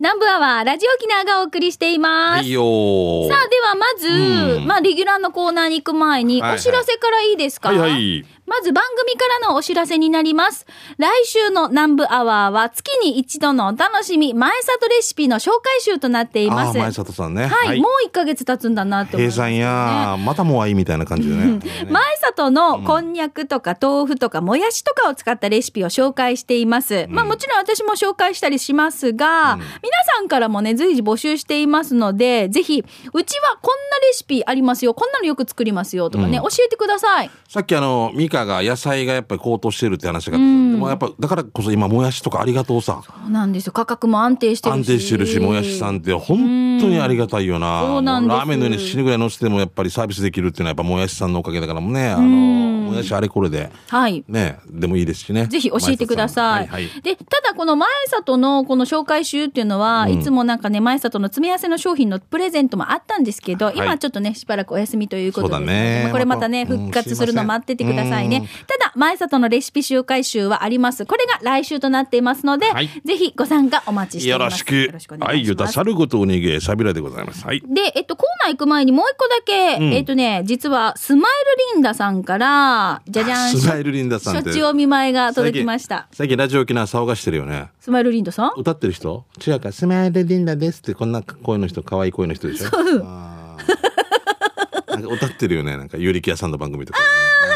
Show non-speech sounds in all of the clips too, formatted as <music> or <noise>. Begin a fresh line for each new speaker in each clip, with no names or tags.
南部アワー、ラジオキナーがお送りしています。
はいよー
さあ、ではまず、
うん
まあ、レギュラーのコーナーに行く前に、
はいはい
お知らせからいいですか
はいはい
まず番組からのお知らせになります。来週の南部アワーは、月に一度のお楽しみ、前里レシピの紹介集となっていま
あ
す。
ー前里さんね
はい、もう1ヶ月経つんだなと思い
平
ます、
さんやまたもはいいみたいな感じでね
前里のこんにゃくとか豆腐とかもやしとかを使ったレシピを紹介しています。まあもちろん私も紹介したりしますが、皆さんからもね、随時募集していますので、ぜひ、うちはこんなレシピありますよ、こんなのよく作りますよとかね、教えてください。
さっきあのミカが野菜がやっぱり高騰してるって話があったんですけどでもやっぱだからこそ今もやしとかありがとうさ
そうなんですよ。価格も安定してるし。
安定してるしもやしさんって本当にありがたいよな
うんそうなんです
もラーメンのように死ぬぐらい乗せてもやっぱりサービスできるっていうのはやっぱもやしさんのおかげだからもねあのもやしあれこれで
はい。
ねでもいいですしね
ぜひ教えてください。
前里んはいはい
で、ただこの前里のこの紹介集っていうのは、いつもなんかね、前里の詰め合わせの商品のプレゼントもあったんですけど、
い
今ちょっとね、しばらくお休みということで
そうだね
まあこれまたね、
また
復活するの
うん
待っててくださいね。
うん
ただ、前里のレシピ集会集はあります。これが来週となっていますので、
はい
ぜひご参加お待ちしてい
よ
ま
ろ
す。
しく
お願
愛
いし
を
ま
出
す。
さることを逃げさびらでございますはい
で、えっと、コーナー行く前にもう一個だけ、
ん
えっとね、実は、スマイルリンダさんから、じゃじゃん、
スマイルリンダさんって
しょっちお見舞いが届きました。
最近ラジオ沖縄騒がしてるよね
スマイルリンダさん
歌ってる人千秋がスマイルリンダですってこんな声の人可愛い声の人でしょあーなんか歌ってるよねなんか有力屋さんの番組
<laughs>
とか、ね、
えー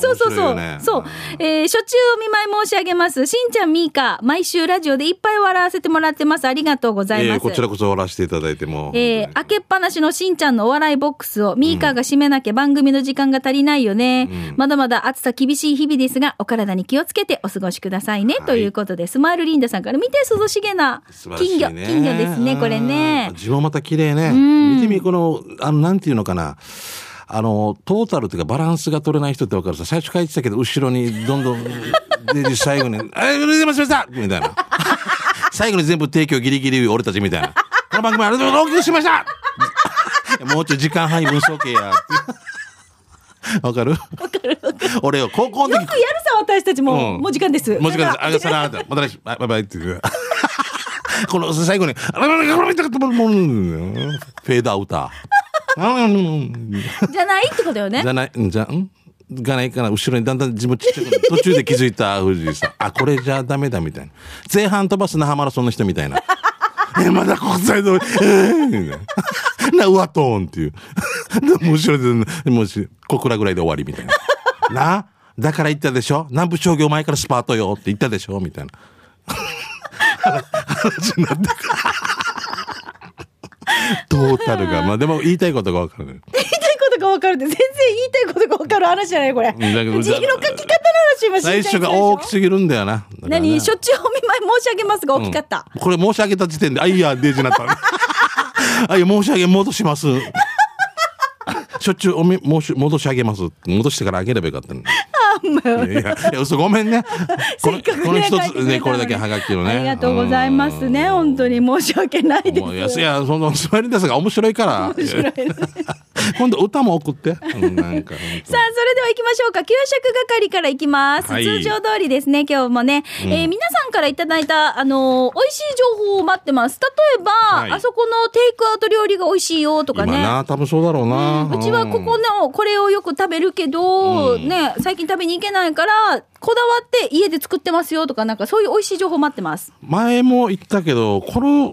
そうそうそう。
面白いよね
そう。えー、初中お見舞い申し上げます。しんちゃん、みーか、毎週ラジオでいっぱい笑わせてもらってます。ありがとうござい
え
ます。
ーこちらこそ笑わせていただいてもう
えー
本当
開けっぱなしのしんちゃんのお笑いボックスをミーカーが閉めなきゃ番組の時間が足りないよね、まだまだ暑さ厳しい日々ですがお体に気をつけてお過ごしくださいね、
い
ということでスマイルリンダさんから見て涼しげな
素晴らし
金
い
魚、
ね
金魚ですねこれね
うん字もまた綺麗ね見てみこのあのなんていうのかなあのトータルというかバランスが取れない人ってわかるさ最初書いてたけど後ろにどん <laughs> どんで最後に「ありがとうございました!」みたいな <laughs> 最後に全部提供ギリギリ俺たちみたいな「この番組ありがとうございますし <laughs> ましたもうちょい時間範囲分しとけや」わかるわかる俺よ高校の時
よくやるさ私たちも、
うん
もう時間です
もう時間です。あ
あ
がさなまた来週。バイバイバイっていう。この最後に、あらららららららもうフェードアウター。あら
じゃないってことよね
じゃない、んじゃんがないから後ろにだんだん自分ちっちゃくなる途中で気づいた藤井さんあこれじゃダメだみたいな前半飛ばす那覇マラソンの人みたいな <laughs> えまだ国際通りえー、なうわとーんっていう <laughs> でも後ろでもうし小倉ぐらいで終わりみたいな <laughs> なあだから言ったでしょ南部商業前からスパートよって言ったでしょみたいな <laughs> 話になってくるトータルがまあでも言いたいことが分かる
言いたいことが分かるって全然言いたいことが分かる話じゃないこれ字
だけど
の書き方の話 <laughs> 今知りたい
最初が大きすぎるんだよな。だから
何
な
しょっちゅうお見舞い申し上げますが大きかった、
これ申し上げた時点で、あいや、デージになった。 <laughs> あいや、申し上げ戻します。 <laughs> しょっちゅうおめ申し戻し上げます。戻してからあげればよかったのに。いやいや、嘘ごめ
<laughs>
んね。こ
せ
の
っかくね
この
書
一
いてくれたの
つ
に
ね、これだけハガキをね。
ありがとうございますね本当に申し訳ない
うん。
で
もうい
す
や、いやその、スマイルですが面白いから。
面白いね
今度歌も送って。うんなんか。
さあ、それでは行きましょうか。給食係から行きます。
はい
通常通りですね、今日もね。えー皆さんからいただいた、あのー美味しい情報を待ってます。例えば、
い
あそこのテイクアウト料理が美味しいよとか
今
ね。
な、多分そうだろうな。
うちはここのこれをよく食べるけど、ね最近食べに行けないからこだわって家で作ってますよとかなんかそういう美味しい情報待ってます
前も言ったけどこの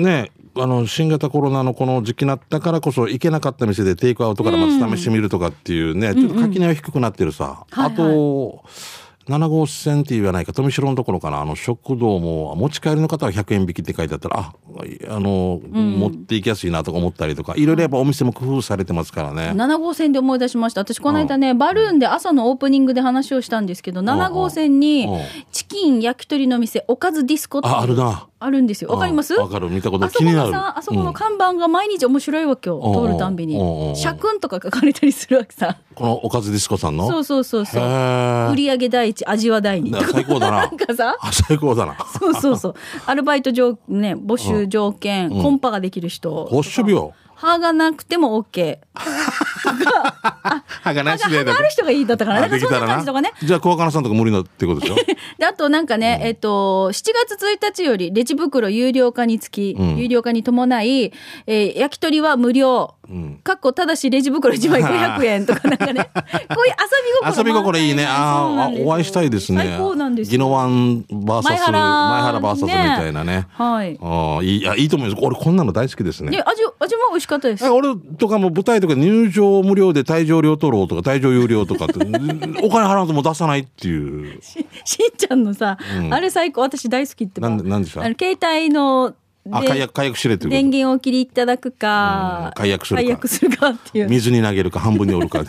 ねあの新型コロナのこの時期になったからこそ行けなかった店でテイクアウトからまず試してみるとかっていうね、ちょっと垣根は低くなってるさ、
はいはい
あと7号線って言わないか富城のところかなあの食堂も持ち帰りの方は100円引きって書いてあったらああの、持って行きやすいなとか思ったりとかいろいろやっぱお店も工夫されてますからね。
7号線で思い出しました私この間ねバルーンで朝のオープニングで話をしたんですけど7号線に
うん
チキン焼き鳥の店おかずディスコっていう
ああるな。
あるんですよわかります
うんわかる見たこと
あそ
気
こ
にな
の
る。
さあそこ
う
の
ん
看板が毎日面白いわけよ、
うん
通るたんびに、
うん
社訓とか書かれたりするわけさ
このおかずディスコさんの
そうそうそうそ
へ
う
ー
売り上げ第一味は第二
な最高だな
なんかさ
あ最高だな。
そうそうそう。アルバイト条、ね、募集条件、コンパができる人。
ホッシュ病。
歯がなくても OK
歯がな
歯
し
が
で
歯
だ
がある人がいいだったからねなんかそんな感じとかね
じゃあ小若菜さんとか無理なっ
<laughs>
てことでしょ
であとなんかね、えっと、7月1日よりレジ袋有料化につき、
うん
有料化に伴い、えー焼き鳥は無料。
うん
かっこただしレジ袋1枚500円
<laughs>
とかなんかねこういう遊び心
遊び心いい
満
ね
載
あ
そうな
あ
んですよ
お会いしたいですね
最高なんです
ギノワン VS 前
前
原
原
VS みたいなね
はい
ああいいいやいいと思います俺こんなの大好きですね
ね味味も美味しかったです
なんか俺とかも舞台とか入場無料で退場料取ろうとか退場有料とかって
<laughs>
お金払うともう出さないっていう
ししんちゃんのさ、
うん
あれ最高私大好きってば
なんでなんでしょう
あの携帯の
あ
で
解約解約しれということ
電源を切りいただく
うん
か
解約するか
解約するかっていう、
水に投げるか半分に折るか
はい、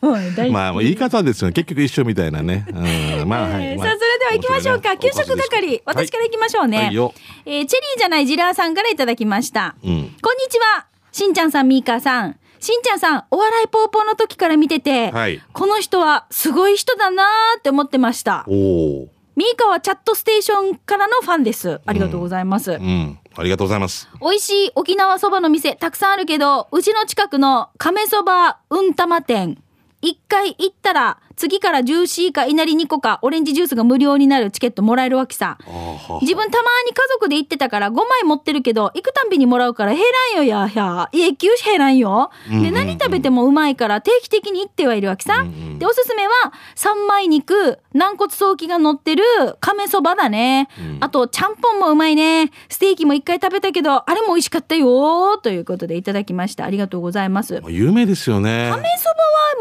大好き
まあ言い方ですよね結局一緒みたいなね、
<laughs>
うん、まあはい、
えー
ま
さあそれでは行きましょうか、給食係私から行きましょうね、
はいはいよ
えーチェリーじゃないジラーさんからいただきました、
うん
こんにちはしんちゃんさんみーかーさんしんちゃんさんお笑いポーポーの時から見てて、
はい
この人はすごい人だなーって思ってました
おお
みーかはチャットステーションからのファンですありがとうございます、
ーうんありがとうございます
美味しい沖縄そばの店たくさんあるけど、うちの近くの亀そばうんたま店。一回行ったら、次からジューシーかいなり2個かオレンジジュースが無料になるチケットもらえるわけさ。
あ
自分たまに家族で行ってたから5枚持ってるけど、行くたんびにもらうから減らんよや、や、永久減らんよ。
うんうんう
で、
ん
何食べてもうまいから定期的に行ってはいるわけさ。
うんうん
で、おすすめは三枚肉、軟骨早期が乗ってる亀そばだね。
うん
あと、ちゃんぽんもうまいね。ステーキも一回食べたけど、あれも美味しかったよ。ということでいただきました。ありがとうございます。
あ有名ですよね
亀そ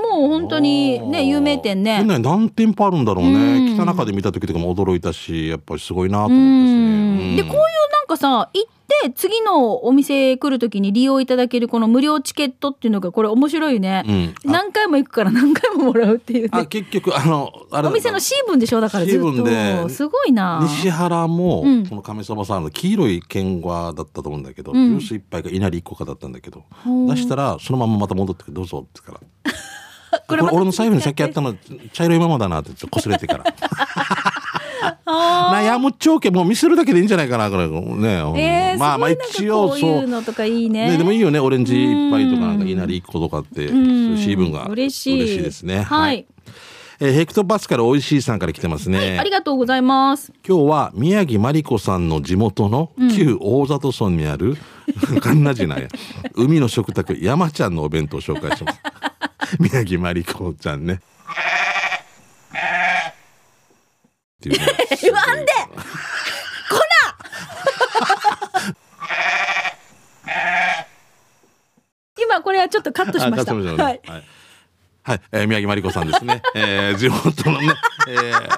ばはもう本当に
あー
ね、有名店ね。
県内何店舗あるんだろうね
うん
北中で見た時とかも驚いたしやっぱりすごいなと
う
思ったしね
んでこういうなんかさ行って次のお店来るときに利用いただけるこの無料チケットっていうのがこれ面白いね、
うんあ
何回も行くから何回ももらうっていう
あ
ね
結局あのあれ
お店のシーブンでしょだからずっ
シーブン
と
です
ごいな
西原も、
うん
この亀そばさんの黄色い剣はだったと思うんだけど、
うん
ジュース一杯か稲荷一個かだったんだけど、
うん
出したらそのまままた戻ってくるどうぞって言うから
<laughs> こ
こ
れ
れ
また
俺の財布にさっき
<laughs>
やったの茶色いままだなって言ってこすれてから
あ
悩むっちょうけもう見せるだけでいいんじゃないかなこれね、
ーえー、
まあまあ
すご
一
いなんか
応
こうい
そうう
のとかいいね
ね、でもいいよねオレンジ一杯と
うん
かなんか稲荷一個とかってそう
う
いうんシーブンが
嬉しい
ですね
はい、
えーヘクトパスカルおいしいさんから来てますね、
ありがとうございます
今日は宮城真理子さんの地元の旧大里村にある、 <laughs> カンナジナや海の食卓山ちゃんのお弁当を紹介し
<laughs>
ます宮城真理子ちゃんねっていうね
言わんで今これはちょっとカットしまし
あ
た
勝村さんね
はい
はい、はいえー宮城真理子さんですね、えー地元
<laughs>
のね、えー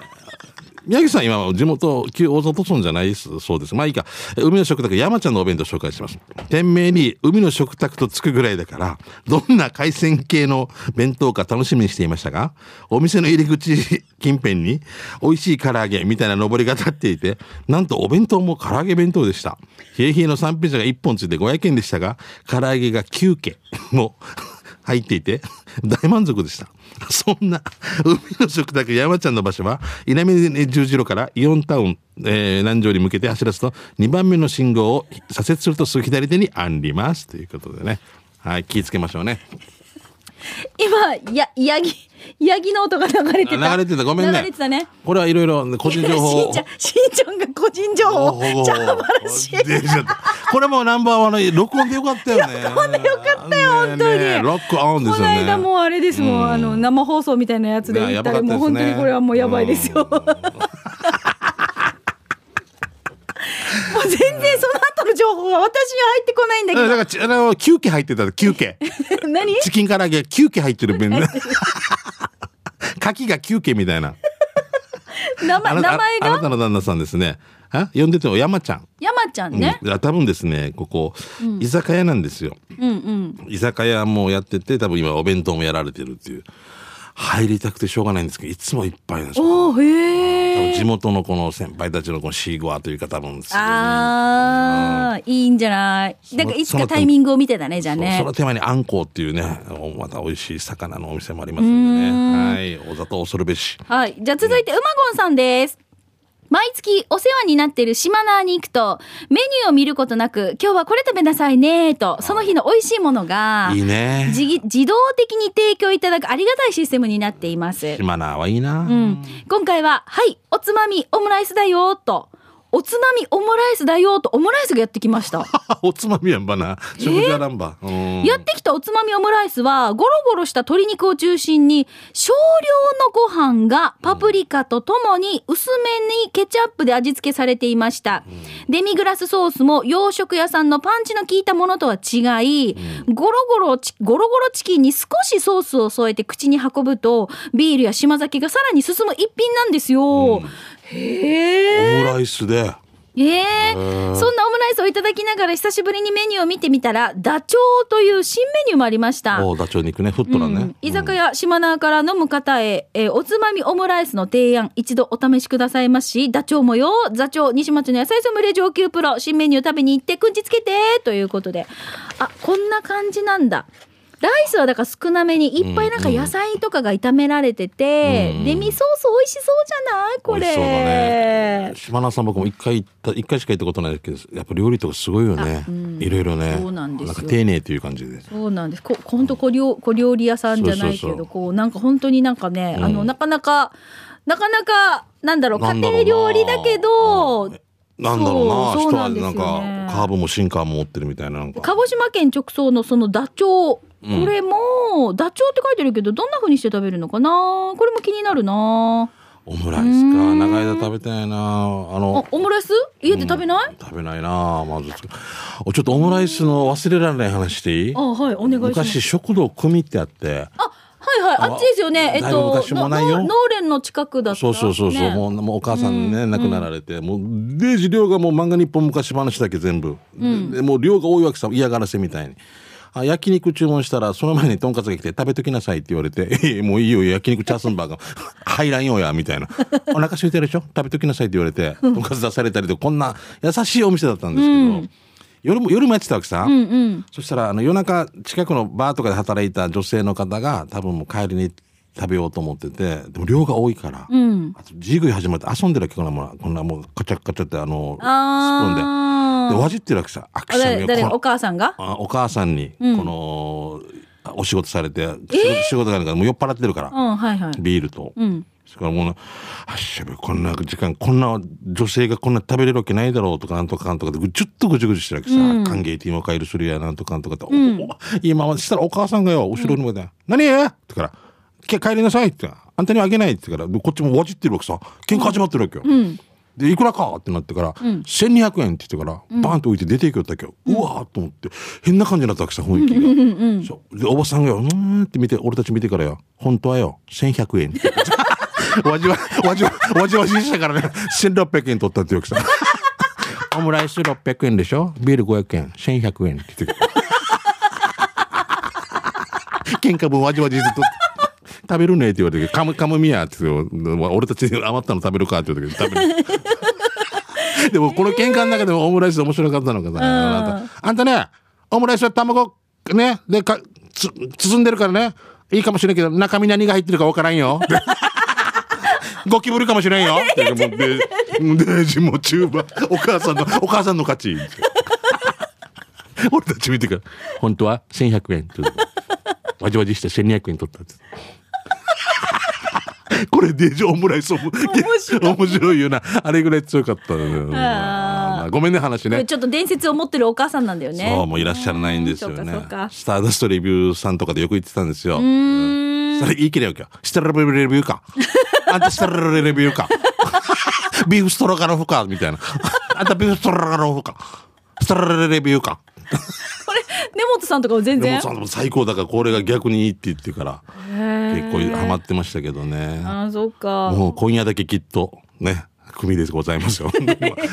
宮城さん今は地元旧大里村じゃないですそうですまあいいかえ海の食卓山ちゃんのお弁当紹介します店名に海の食卓とつくぐらいだからどんな海鮮系の弁当か楽しみにしていましたがお店の入り口近辺に美味しい唐揚げみたいな上りが立っていてなんとお弁当も唐揚げ弁当でした冷え冷えの三品茶が1本ついて500円でしたが唐揚げが9件も入っていて <laughs> 大満足でした <laughs> そんな海の食卓山ちゃんの場所は稲峰十字路からイオンタウン、えー南城に向けて走らすと2番目の信号を左折するとすぐ左手にありますということでねはい気をつけましょうね
今やヤギヤギの音が流れてた
あ流れてたごめんね
流れてたね
これはいろいろ個人情
<laughs> しん
報
ちゃんしんちゃんが個人情報をちゃんばらしい
出ちゃったこれもナンバーワンの録音でよかったよね録音でよかったよ
本当に
ロックオンです
こ
よ
の
ね
間もうあれですもん、あの生放送みたいなやつで
ね
行
や
った
ばか
ら
ったです
もう
ね
本当にこれはもうやばいですよ、もう全然その後の情報が私には入ってこないんだ
うんだからちあの9家入ってた9
<laughs> け
家 <laughs>
ど何
チキン唐揚げ9件入ってる弁
<laughs>
当。牡蠣が9件みたいな。
名前
あなた
名前
あ
が
あなたの旦那さんですね。あ呼んでても山ちゃん。
山ちゃんね、
うんあ多分ですね、ここ、居酒屋なんですよ。
うん、うん
居酒屋もやってて、多分今お弁当もやられてるっていう。入りたくてしょうがないんですけど、いつもいっぱいなんですよ。
おお
多分
へ
地
え
元のこの先輩たちのこのシーゴアというか多分すごい
あーいいんじゃないなんかいつかタイミングを見てたねじゃあ
そう
ね
その手前にあんこうっていうね、おまた美味しい魚のお店もありますんでね。はい。お砂糖恐るべし。
はい。じゃあ続いて、うまごんさんです。毎月お世話になっている島ナーに行くと、メニューを見ることなく、今日はこれ食べなさいね、と、その日の美味しいものが、
いいね。
自自動的に提供いただくありがたいシステムになっています。
島ナーはいいな。
うん、今回は、はい、おつまみオムライスだよ、と、おつまみオムライスだよ、と、オムライスがやってきました。
おつまみやんばな。食事やらんば。うん
やってきたおつまみオムライスは、ゴロゴロした鶏肉を中心に、少量のご飯がパプリカとともに薄めにケチャップで味付けされていました。デミグラスソースも洋食屋さんのパンチの効いたものとは違い、ゴロゴロチ、ゴロゴロチキンに少しソースを添えて口に運ぶと、ビールや島酒がさらに進む一品なんですよ。へえ。
オムライスで。
ええそんなオムライスをいただきながら久しぶりにメニューを見てみたら、ダチョウという新メニューもありました。
おうダチョウ肉ね。フットラ
う
ね
ん。居酒屋島ナーから飲む方へ、えーおつまみオムライスの提案一度お試しくださいましダチョウもよ座長西町の野菜ソムリエ上級プロ新メニュー食べに行ってくんちつけてということであこんな感じなんだライスはだから少なめにいっぱいなんか野菜とかが炒められてて、
うんうん
デミソース美味しそうじゃないこ
美味しそうだ
れ
島名さん僕も一回行った、一回しか行ったことないけど、やっぱ料理とかすごいよね
あうん。
いろいろね。
そうなんですよ
か丁寧という感じで。
そうなんです。こ、本当小料、小料理屋さんじゃないけど、
そうそうそう
こう、なんか本当になんかね、
うん
あの、なかなか。なかなか、なんだろう、
な
家
んだろうな
庭料理だけど。
なんだろう
そ
な。
うそう
一
なん
味
ですよ
な
ね
んか、カーブもシンカーも持ってるみたいな。なんか
鹿児島県直送のそのダチョウ。
うん
これも、ダチョウって書いてるけど、どんな風にして食べるのかな。これも気になるな。
オムライスか。長い間食べたいな。あ
あ
の、、
オムライス、家で食べない。
食べないな。まず。おちょっとオムライスの忘れられない話していい
あ、はい、お願いします
昔。食堂組ってあって。
あ、はいはい、あっちですよね。えっ
だいぶ
と、
昔もない
ノ
よ
ーレンの近くだった。
そうそうそうそう、
ね
もうもうお母さんね、亡くなられて、もうで治療がもう漫画日本昔話だけ全部、でもう量が多いわけさ嫌がらせみたいに。あ焼肉注文したら、その前にとんかつが来て、食べときなさいって言われて、 <laughs> ええもういいよ、焼肉チャーソンバーが <laughs> 入らんよや、み <laughs> たいな。お腹空いてるでしょ食べときなさいって言われて、とんかつ出されたりと、こんな優しいお店だったんですけど、夜も、夜もやってたわけさ。そしたら、あの、夜中、近くのバーとかで働いた女性の方が、多分もう帰りに食べようと思ってて、でも量が多いから、あとジグイ始まって遊んでるわけ、こんなもん、こんなもう、カチャカチャって、あの、スプーン
あ
で。
ー
で、わじってるわけさ。ア
あ
クシ
誰
ョン
誰
よ
お
こ
母さんが
のあお母さんに、この、あお仕事されて、仕事仕事があるから、もう酔っ払ってるから、
うんはいはい
ビールと。
うん
それからもうな、あっしゃべ、こんな時間、こんな女性がこんな食べれるわけないだろうとか、なんとかかんとかで、ぐちょっとぐちゅぐちゅしてるわけさ、歓迎ティーも帰るするや、なんとかかんとかって、おお今までしたらお母さんがよ、後ろに向いて、何ってから、け帰りなさいって、あんたにはあげないってから、でこっちもわじってるわけさ、喧嘩始まってるわけよ。で、いくらかってなってから、1200円って言ってから、バーンと置いて出ていきよったわけよ。うわーと思って、変な感じになったわけさ、雰囲気が。そうで、おばさんがよ、うーんって見て、俺たち見てからよ、本当はよ、1100円って言って。わじわ、わじわ、わじわじしたからね、1600円取ったってよくさ。オムライス600円でしょビール500円、1100円って言って喧嘩分わじわじずっと。食べるねって言われて、カムカムミヤって言って俺たち余ったの食べるかって言うたけど、食べる。でもこの喧嘩の中でもオムライス面白かったのがさ、あなたあんたね、オムライスは卵、ね、でか、つ、包んでるからね、いいかもしれんけど、中身何が入ってるかわからんよ。ゴキブリかもしれんよ。で、もうで、で、ジもチューバー、お母さんの、お母さんの勝ち。 <laughs> 俺たち見てから、本当は1100円って言う
<laughs>
の。わじわじして1200円取ったって。 <laughs> これデージオムライスオム
面白
面白いよな。あれぐらい強かったのよまあごめんね、話ね。
ちょっと伝説を持ってるお母さんなんだよね
そう、もういらっしゃらないんですよ
うん
ね
そうかそうか。
スターダストレビューさんとかでよく言ってたんですよ。
うーん
それ言い切れよ今日。ステラレレビューか。あんたステラレレビュ
<laughs>
ーか。ビーフストロガノフか。みたいな。あんたビーフストロガノフか。ステラレレビューか。
これ根本さんとかも全
でも
然
さんも最高だからこれが逆にいいって言ってから結構ハマってましたけどね。
あーそっか
もう今夜だけきっとね、組でございますよ。 <laughs>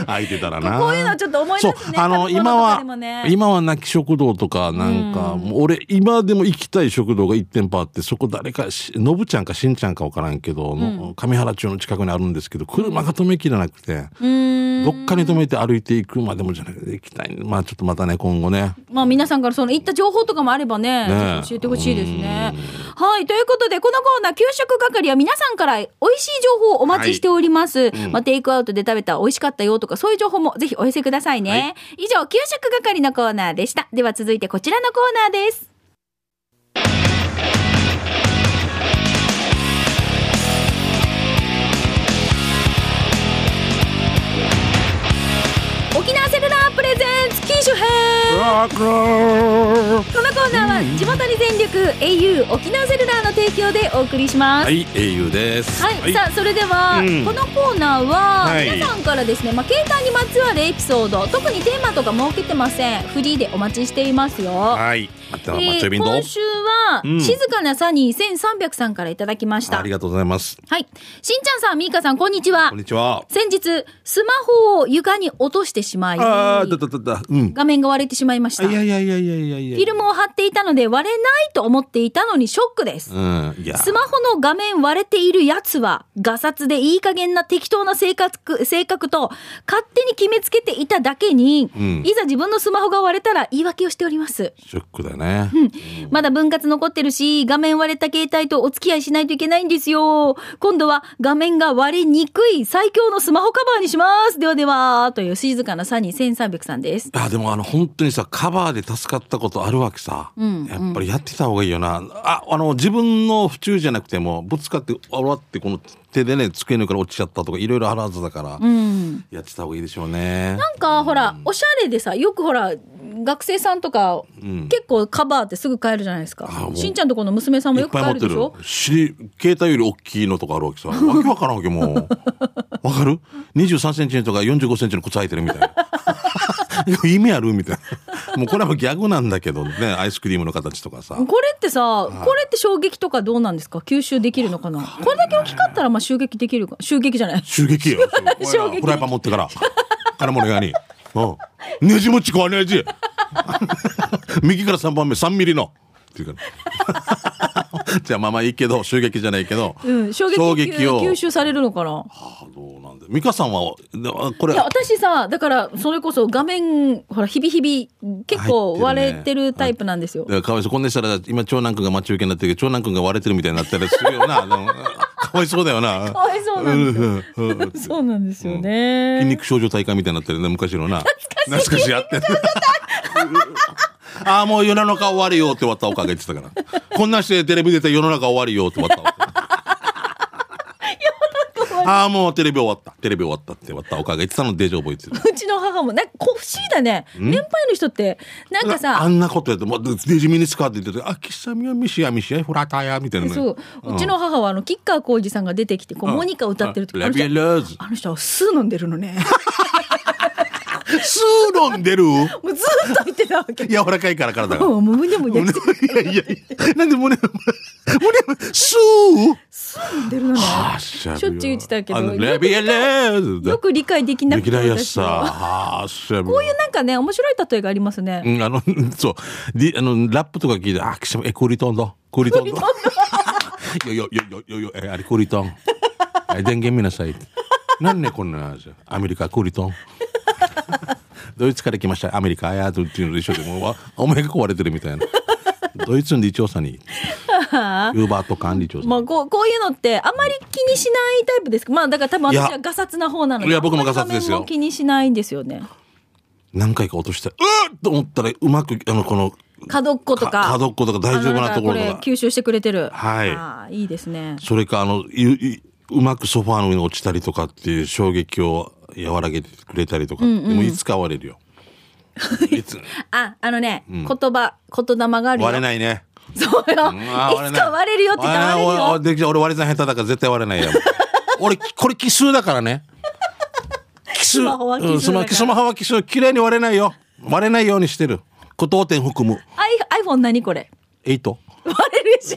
空いてたらな。
こういうのちょっと思い出すね
そう、あの、
食べ物と
今
か
は
でもね、
今は泣き食堂とかなんか、もう俺、今でも行きたい食堂が1店舗あって、そこ誰かし、のぶちゃんかしんちゃんかわからんけど、の上原町の近くにあるんですけど、車が止めきれなくて、
うーん
どっかに止めて歩いていくまでもじゃなくて、行きたい。まあちょっとまたね、今後ね。
まあ皆さんからその言った情報とかもあればね
ねえ
教えてほしいですねはいということでこのコーナー給食係は皆さんから美味しい情報をお待ちしております、またテイクアウトで食べた美味しかったよとか、そういう情報もぜひお寄せくださいね。以上、給食係のコーナーでした。では続いてこちらのコーナーです。沖縄セルラープレゼンツ禁酒編このコーナーは地元に全力 au 沖縄セルラーの提供でお送りします
は。い、英雄です。
はい、さあそれでは、
うん
このコーナーは
はい
皆さんからですね、まあ、携帯にまつわるエピソード特にテーマとか設けてませんフリーでお待ちしていますよ。
はい。あった
え
マッチョ
ー
ビンド。
今週は、
うん
静かなサニー1300さんからいただきました。
あ
は
り
い。
がとうございます。
しんちゃんさん、みーかさん、こんにちは
こん。にちは。
先日、スマホを床に落としてしまい、
ああ、だだだだ。うん。
画面が割れてしまいまし
あ
た。
いや
フ
いやいやいやいやいや。
ィルムを貼っていたので割れないと思っていたのにショックです。
うん。いや。
スマホの画面割れているやつは、ガサツでいい加減な適当な性格、性格と、勝手に決めつけていただけに、
うん
いざ自分のスマホが割れたら言い訳をしております。
ショックだね。
まだ分割残ってるし、画面割れた携帯とお付き合いしないといけないんですよ。今度は画面が割れにくい最強のスマホカバーにします。ではでは、という静かなサニー1300さんです。
あでもあの本当にさカバーで助かったことあるわけさ、
ん
やっぱりやってた方がいいよなああの自分の不注意じゃなくてもぶつかってあわってこの手でね机の上から落ちちゃったとかいろいろあるはずだから、
うん。
やってた方がいいでしょうね
なんかほら、おしゃれでさよくほら学生さんとか、
ん
結構カバーってすぐ買えるじゃないですか
あもう
しんちゃんとこの娘さんも
い
よ
っ
く
ぱい
買
持
える
って
でし
る
ょ
し携帯より大きいのとかあ
<laughs>
るわけさわけわからんわけもうわかる ?23 センチのとか45センチの靴履いてるみたいな <laughs> 意味あるみたいなもうこれはもうギャグなんだけどねアイスクリームの形とかさ
これってさこれって衝撃とかどうなんですか吸収できるのかなこれだけ大きかったらまあ襲撃できるか襲撃じゃ
<laughs>
ない
襲撃よ。
<laughs> 衝撃
フライパン持ってから。金物屋に。うん。ねじもちこわねじ。 <laughs> 右から3番目、3ミリの。っていうから。 <laughs> じゃあまあまあいいけど、襲撃じゃないけど。
うん、衝撃
衝撃を。
吸収されるのかな
あどうなんだ。美香さんは、であこれ
いや、私さだからそれこそ画面ほら日々日々結構割れてるタイプなんですよ、
いやかわいそう。こんなしたら、今長男くんが待ち受けになってるけど、長男くんが割れてるみたいになったりするよな。でも <laughs> かわいそうだよな。か
わいそうなんですよ
んです
そうなんですよね、
筋肉少女大会みたいになってるね昔のな懐かしいやってる <laughs> ああもう世の中終わりよってわったおかげって言ってたからこんなしてテレビ出て世の中終わりよ
<laughs>
ってわったああもうテレビ終わったテレビ終わったってわったおかげ言ってたのデジ覚えてる
うちの母もなんかこう不思議だね年配の人ってなんか
あ
さ
んなことやってもうデジミニスカーって言っててあきさみはミシやミシやフラタヤみたいなね
そううちの母はあの吉川晃司さんが出てきてこうモニカ歌ってる時
あ
あ
ラ
の
ビエ
人
ラー
<laughs>
ズ
あの人は酢飲んでるのね <laughs>
スー飲んでる
もうずっと言ってたわけ
<laughs> 柔らかいから体が
もう胸も
胸
焼きつ
いやいやいやなんで胸胸スー
酢飲んでるのね
あしゃべ
しょっちゅう言ってたけど
あの
よく
レビエレーズ
よく理解できな
で
く
き
て
ないやつ
私
さ
は
あしゃべ
こういうなんかね面白い例えがありますね
うんあのそうリあのラップとか聞いてあきしゃべえクーリトンだクーリトンだ <laughs> よよよよよよえあれクーリトン <laughs> え電源見なさいなんねこんな話アメリカクーリトン <laughs> ドイツから来ましたアメリカあやとっていうので一緒でもうわお前が壊れてるみたいなドイツの理
<laughs>
調査にユーバート管理調
<laughs>
査
まあこうこういうのってあまり気にしないタイプですかまあだから多分私
い
は
や
ガサツな方なので
いや僕もガサツですよ
あんまり画面も気にしないんですよね
何回か落としてうっと思ったらうまくあのこの
角っことか
か角っことか大丈夫なところ
あの
と
ん
か
これ吸収してくれてる
はい
あーいいですね
それかあのゆゆうまくソファーの上に落ちたりとかっていう衝撃を和らげてくれたりとか、でもいつか割
<laughs>
れるよいつ
ああのね、言葉言霊があるよ
割れないね
そうよ、
うんあー
いつか割れるよって言ったら割れる
あ
よ
ー俺俺俺割れ算下手だから絶対割
<laughs>
れないよ俺これ奇数だからね奇数
スマホは奇数だから
うんスマスマホは奇数綺麗に割れないよ割れないようにしてる句読点含む
I- iPhone 何これ <laughs>
8
割れ
<laughs>
るし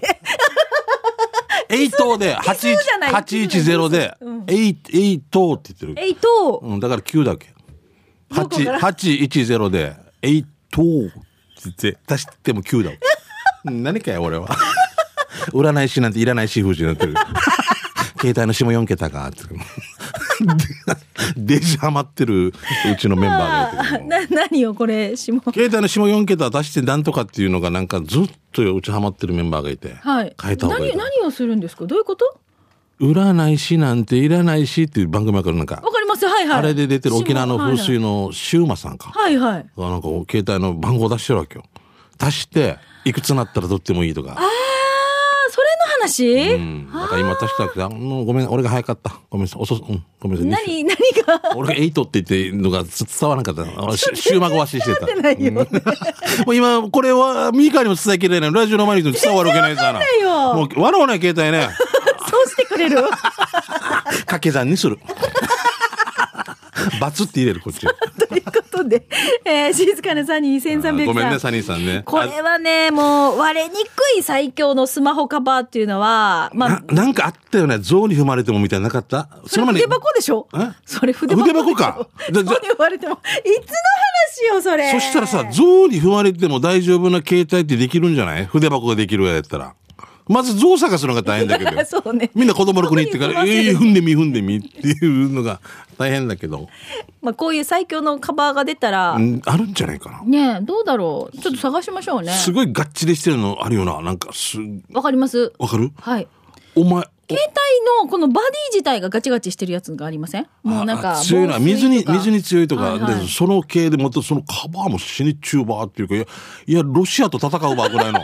エイトで
奇数じゃない
八一ゼロで
うん
エイエイトって言ってる。
えいと
うんだから九だっけ。
どこ
八
から
八一ゼロでエイトって言って足しても九だわ。うん何かよ俺は。占い師なんていらないし封じになってる。携帯の下四桁かって。 <laughs> デジハマってるうちのメンバーがやってる
あーな何よこれ下
携帯の下4桁出してなんとかっていうのがなんかずっとうちハマってるメンバーがいて、
はい
変えた方がいい
何何をするんですかどういうこと
占い師なんていらないしっていう番組があるからなんか
わ、かりますはいはい。
あれで出てる沖縄の風水
の。
のシウマさんか、
はいはい。
がなんか携帯の番号出してるわけよ出していくつなったらどってもいいとか
あー、それの話、
うん、なんか今出したけど、あのごめん、俺が早かった。ごめんなさい、遅す、うん、ごめんなさ
何、
い。
何が
俺がエイトって言ってるのがつ伝わらなかった。
<laughs>
俺、し週末わししてた。
ないよね
もう今、これは、ミカにも伝えきれない。ラジオの前にも伝わるわけないから。
然わかんな
もう、笑わない携帯ね。
<laughs> そうしてくれる <laughs>
掛け算にする。 <laughs> バツって入れる、こっち。
ということで、えー、静かなサニー
あ
1300
ー
さ
ごめんね、サニーさんね。
これはね、もう割れにくい最強のスマホカバーっていうのは、
あ
まあ、
ななんかあったよね。象に踏まれてもみたいなのなかった
それ
ま
筆箱でしょ
え
それ筆箱
筆
<laughs>
箱か
でしょ
だだ
そう言われても、いつの話よ、それ。
そしたらさ、象に踏まれても大丈夫な携帯ってできるんじゃない筆箱ができるやったら。まず象探すのが大変だけど。
<laughs> そうね。
みんな子供の国行ってから、
<laughs> そう
え
い
え
う
踏んでみ踏んでみっていうのが大変だけど。
まあ、こういう最強のカバーが出たら
う、んあるんじゃないかな。
ねえどうだろう。ちょっと探しましょうね。
すごいガッチリしてるのあるよな。なんかす、
わかります
わかる
はい。
お前、お
携帯のこのバディ自体がガチガチしてるやつがありませんもうなん
あ
か
あ強いな
防水
水に
とか
水に強いとか、
はいはい
でその系でもとそのカバーも死にチューバーっていうかいやいやロシアと戦うばぐらいの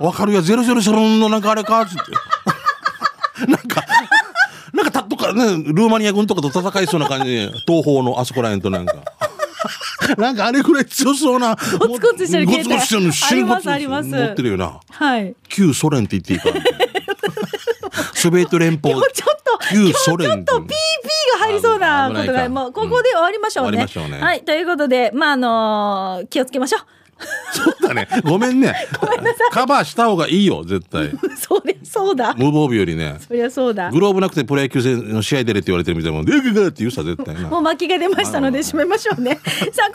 <laughs> わかるやゼロゼロゼロのなんかあれかっつって <laughs> なんかなんかたとか、ね、ルーマニア軍とかと戦いそうな感じで東方のあそこらへんとなんか <laughs> なんかあれぐらい強そうなゴ
ツゴツしてる携帯
ゴツゴツしてるの死ぬゴツゴツ
ありますあります
持ってるよな
はい
旧ソ連って言っていいか
<laughs>
なソビエト連邦
もう <laughs> ちょっと今
旧
日ちょ
ソ
っと PP
連
が入りそうなこと
危ない
が
か
もうここで終わりましょうね,、
うん終わりましょうね
はいということでまああのー気をつけましょう
そうだね。ごめんね。カバーした方がいいよ、絶対。
<laughs> それそうだ
無防備よりね。
そりゃそうだ
グローブなくてプロ野球戦の試合出れって言われてるみたいなもんで、グググって言うさ、絶対な。
もう巻きが出ましたので締めましょうね。
<laughs>
さあ、このコーナーは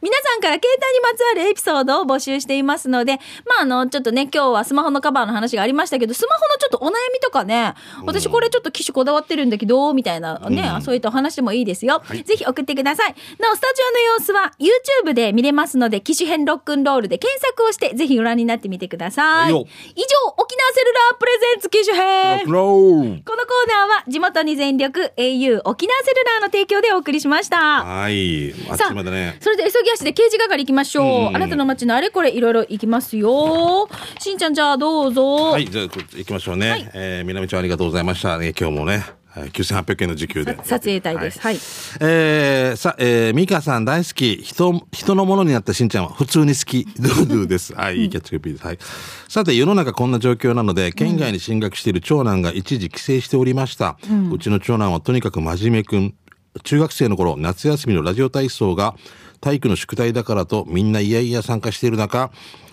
皆さんから携帯にまつわるエピソードを募集していますので、まあ、あの、ちょっとね、今日はスマホのカバーの話がありましたけど、スマホのちょっとお悩みとかね、私これちょっと機種こだわってるんだけど、みたいなね、そういったお話でもいいですよ。ぜひ送ってください。なお、スタジオの様子は YouTube で見れますので、機種編ロックンロールで検索をして、ぜひご覧になってみてください。
はい
以上、
よ
沖縄セルラープレゼンツ機種編
ロー
このコーナーは地元に全力 au 沖縄セルラーの提供でお送りしました。
はい。あっ
さ
ちまでね。
それで急ぎ足で刑事係行きましょう。あなたの街のあれこれいろいろ行きますよ。しんちゃんじゃあどうぞ。
はい、じゃあ、こ行きましょうね。
はい
えー、みなみちゃんありがとうございました。ね、今日もね、はい9800円の時給で。
撮影隊です。はい。
えー、さ、えー、ミカさん大好き。人、人のものになったしんちゃんは普通に好き。ドゥドゥ <laughs> です。はい、いいキャッチコピーです。はい。さて、世の中こんな状況なので、県外に進学している長男が一時帰省しておりました。うちの長男はとにかく真面目くん。中学生の頃、夏休みのラジオ体操が体育の宿題だからとみんないやいや参加している中、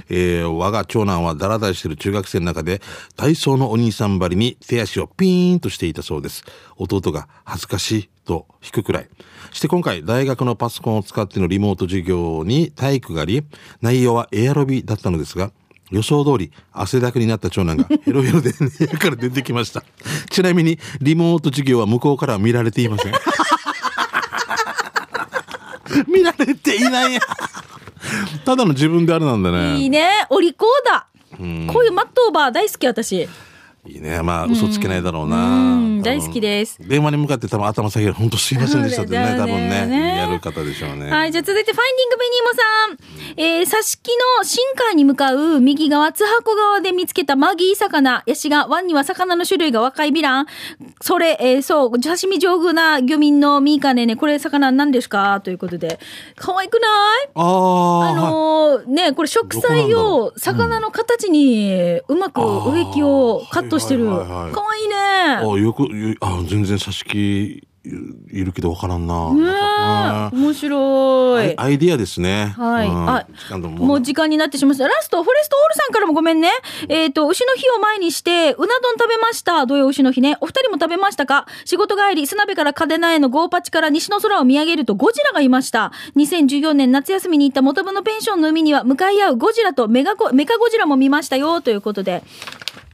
えー我が長男はダラダラしている中学生の中で体操のお兄さんばりに手足をピーンとしていたそうです。弟が恥ずかしいと引くくらい。して今回大学のパソコンを使ってのリモート授業に体育があり、内容はエアロビだったのですが、予想通り汗だくになった長男が <laughs> ヘロヘロで部屋から出てきました。ちなみにリモート授業は向こうからは見られていません。 <laughs> 見られていないや。ただの自分であれなんだ
い
ね。
いね。お利口だ。こういうマットオーバー大好き私。
いいね。まあ、嘘つけないだろうな。
うん、
多分
大好きです。
電話に向かって多分頭下げる。本当すいませんでしたってね。
そうだ
多
よねね
分ね。やる方でしょうね。
はい、じゃあ続いて、ファインディングベニーモさん。えー、挿し木の新海に向かう右側、津箱側で見つけたマギー魚。ヤシが、湾には魚の種類が若いビラン。それ、えー、そう、刺身上手な漁民のミーカねね、これ魚なんですかということで。可愛くない
ああ、
あ
はい
のーね、これ食材
どこなんだろ
を魚の形にうまく植木をカットしてる。
あーはいはいはい
可愛いね。
あよく、よあ全然差し木いいるけどわからんな。
ね
なんか
え面白
ア
い
イ。アイディアですね。
はい。
うん
あ
時間で、も
もう時間になってしまいました。ラスト、フォレストオールさんからもごめんね。えっ、と、牛の日を前にして、うな丼食べました。土曜牛の日ね。お二人も食べましたか仕事帰り、砂部から嘉手納へのゴーパチから西の空を見上げるとゴジラがいました。2014年夏休みに行った元部のペンションの海には向かい合うゴジラとメガゴメカゴジラも見ましたよ。ということで。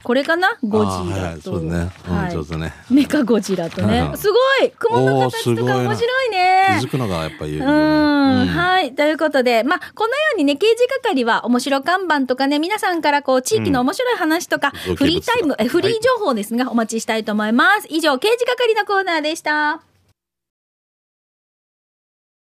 これかなゴジ
あーはいは
ラ
い、
と、
そうですね、うん
はい
ちょっとね
メカゴジラと
はい
ね
はい
すごい雲の形と
おーすごいな
か面白い
気
ね
づくのがやっぱりいいよ
う
ね
ん、
うん
はい。ということで、まあ、このようにね、刑事係は面白看板とかね、皆さんからこう、地域の面白い話とか、
うん
フリータイム、
造形物とか
えフリー情報ですが、お待ちしたいと思います。以上、刑事係のコーナーでした。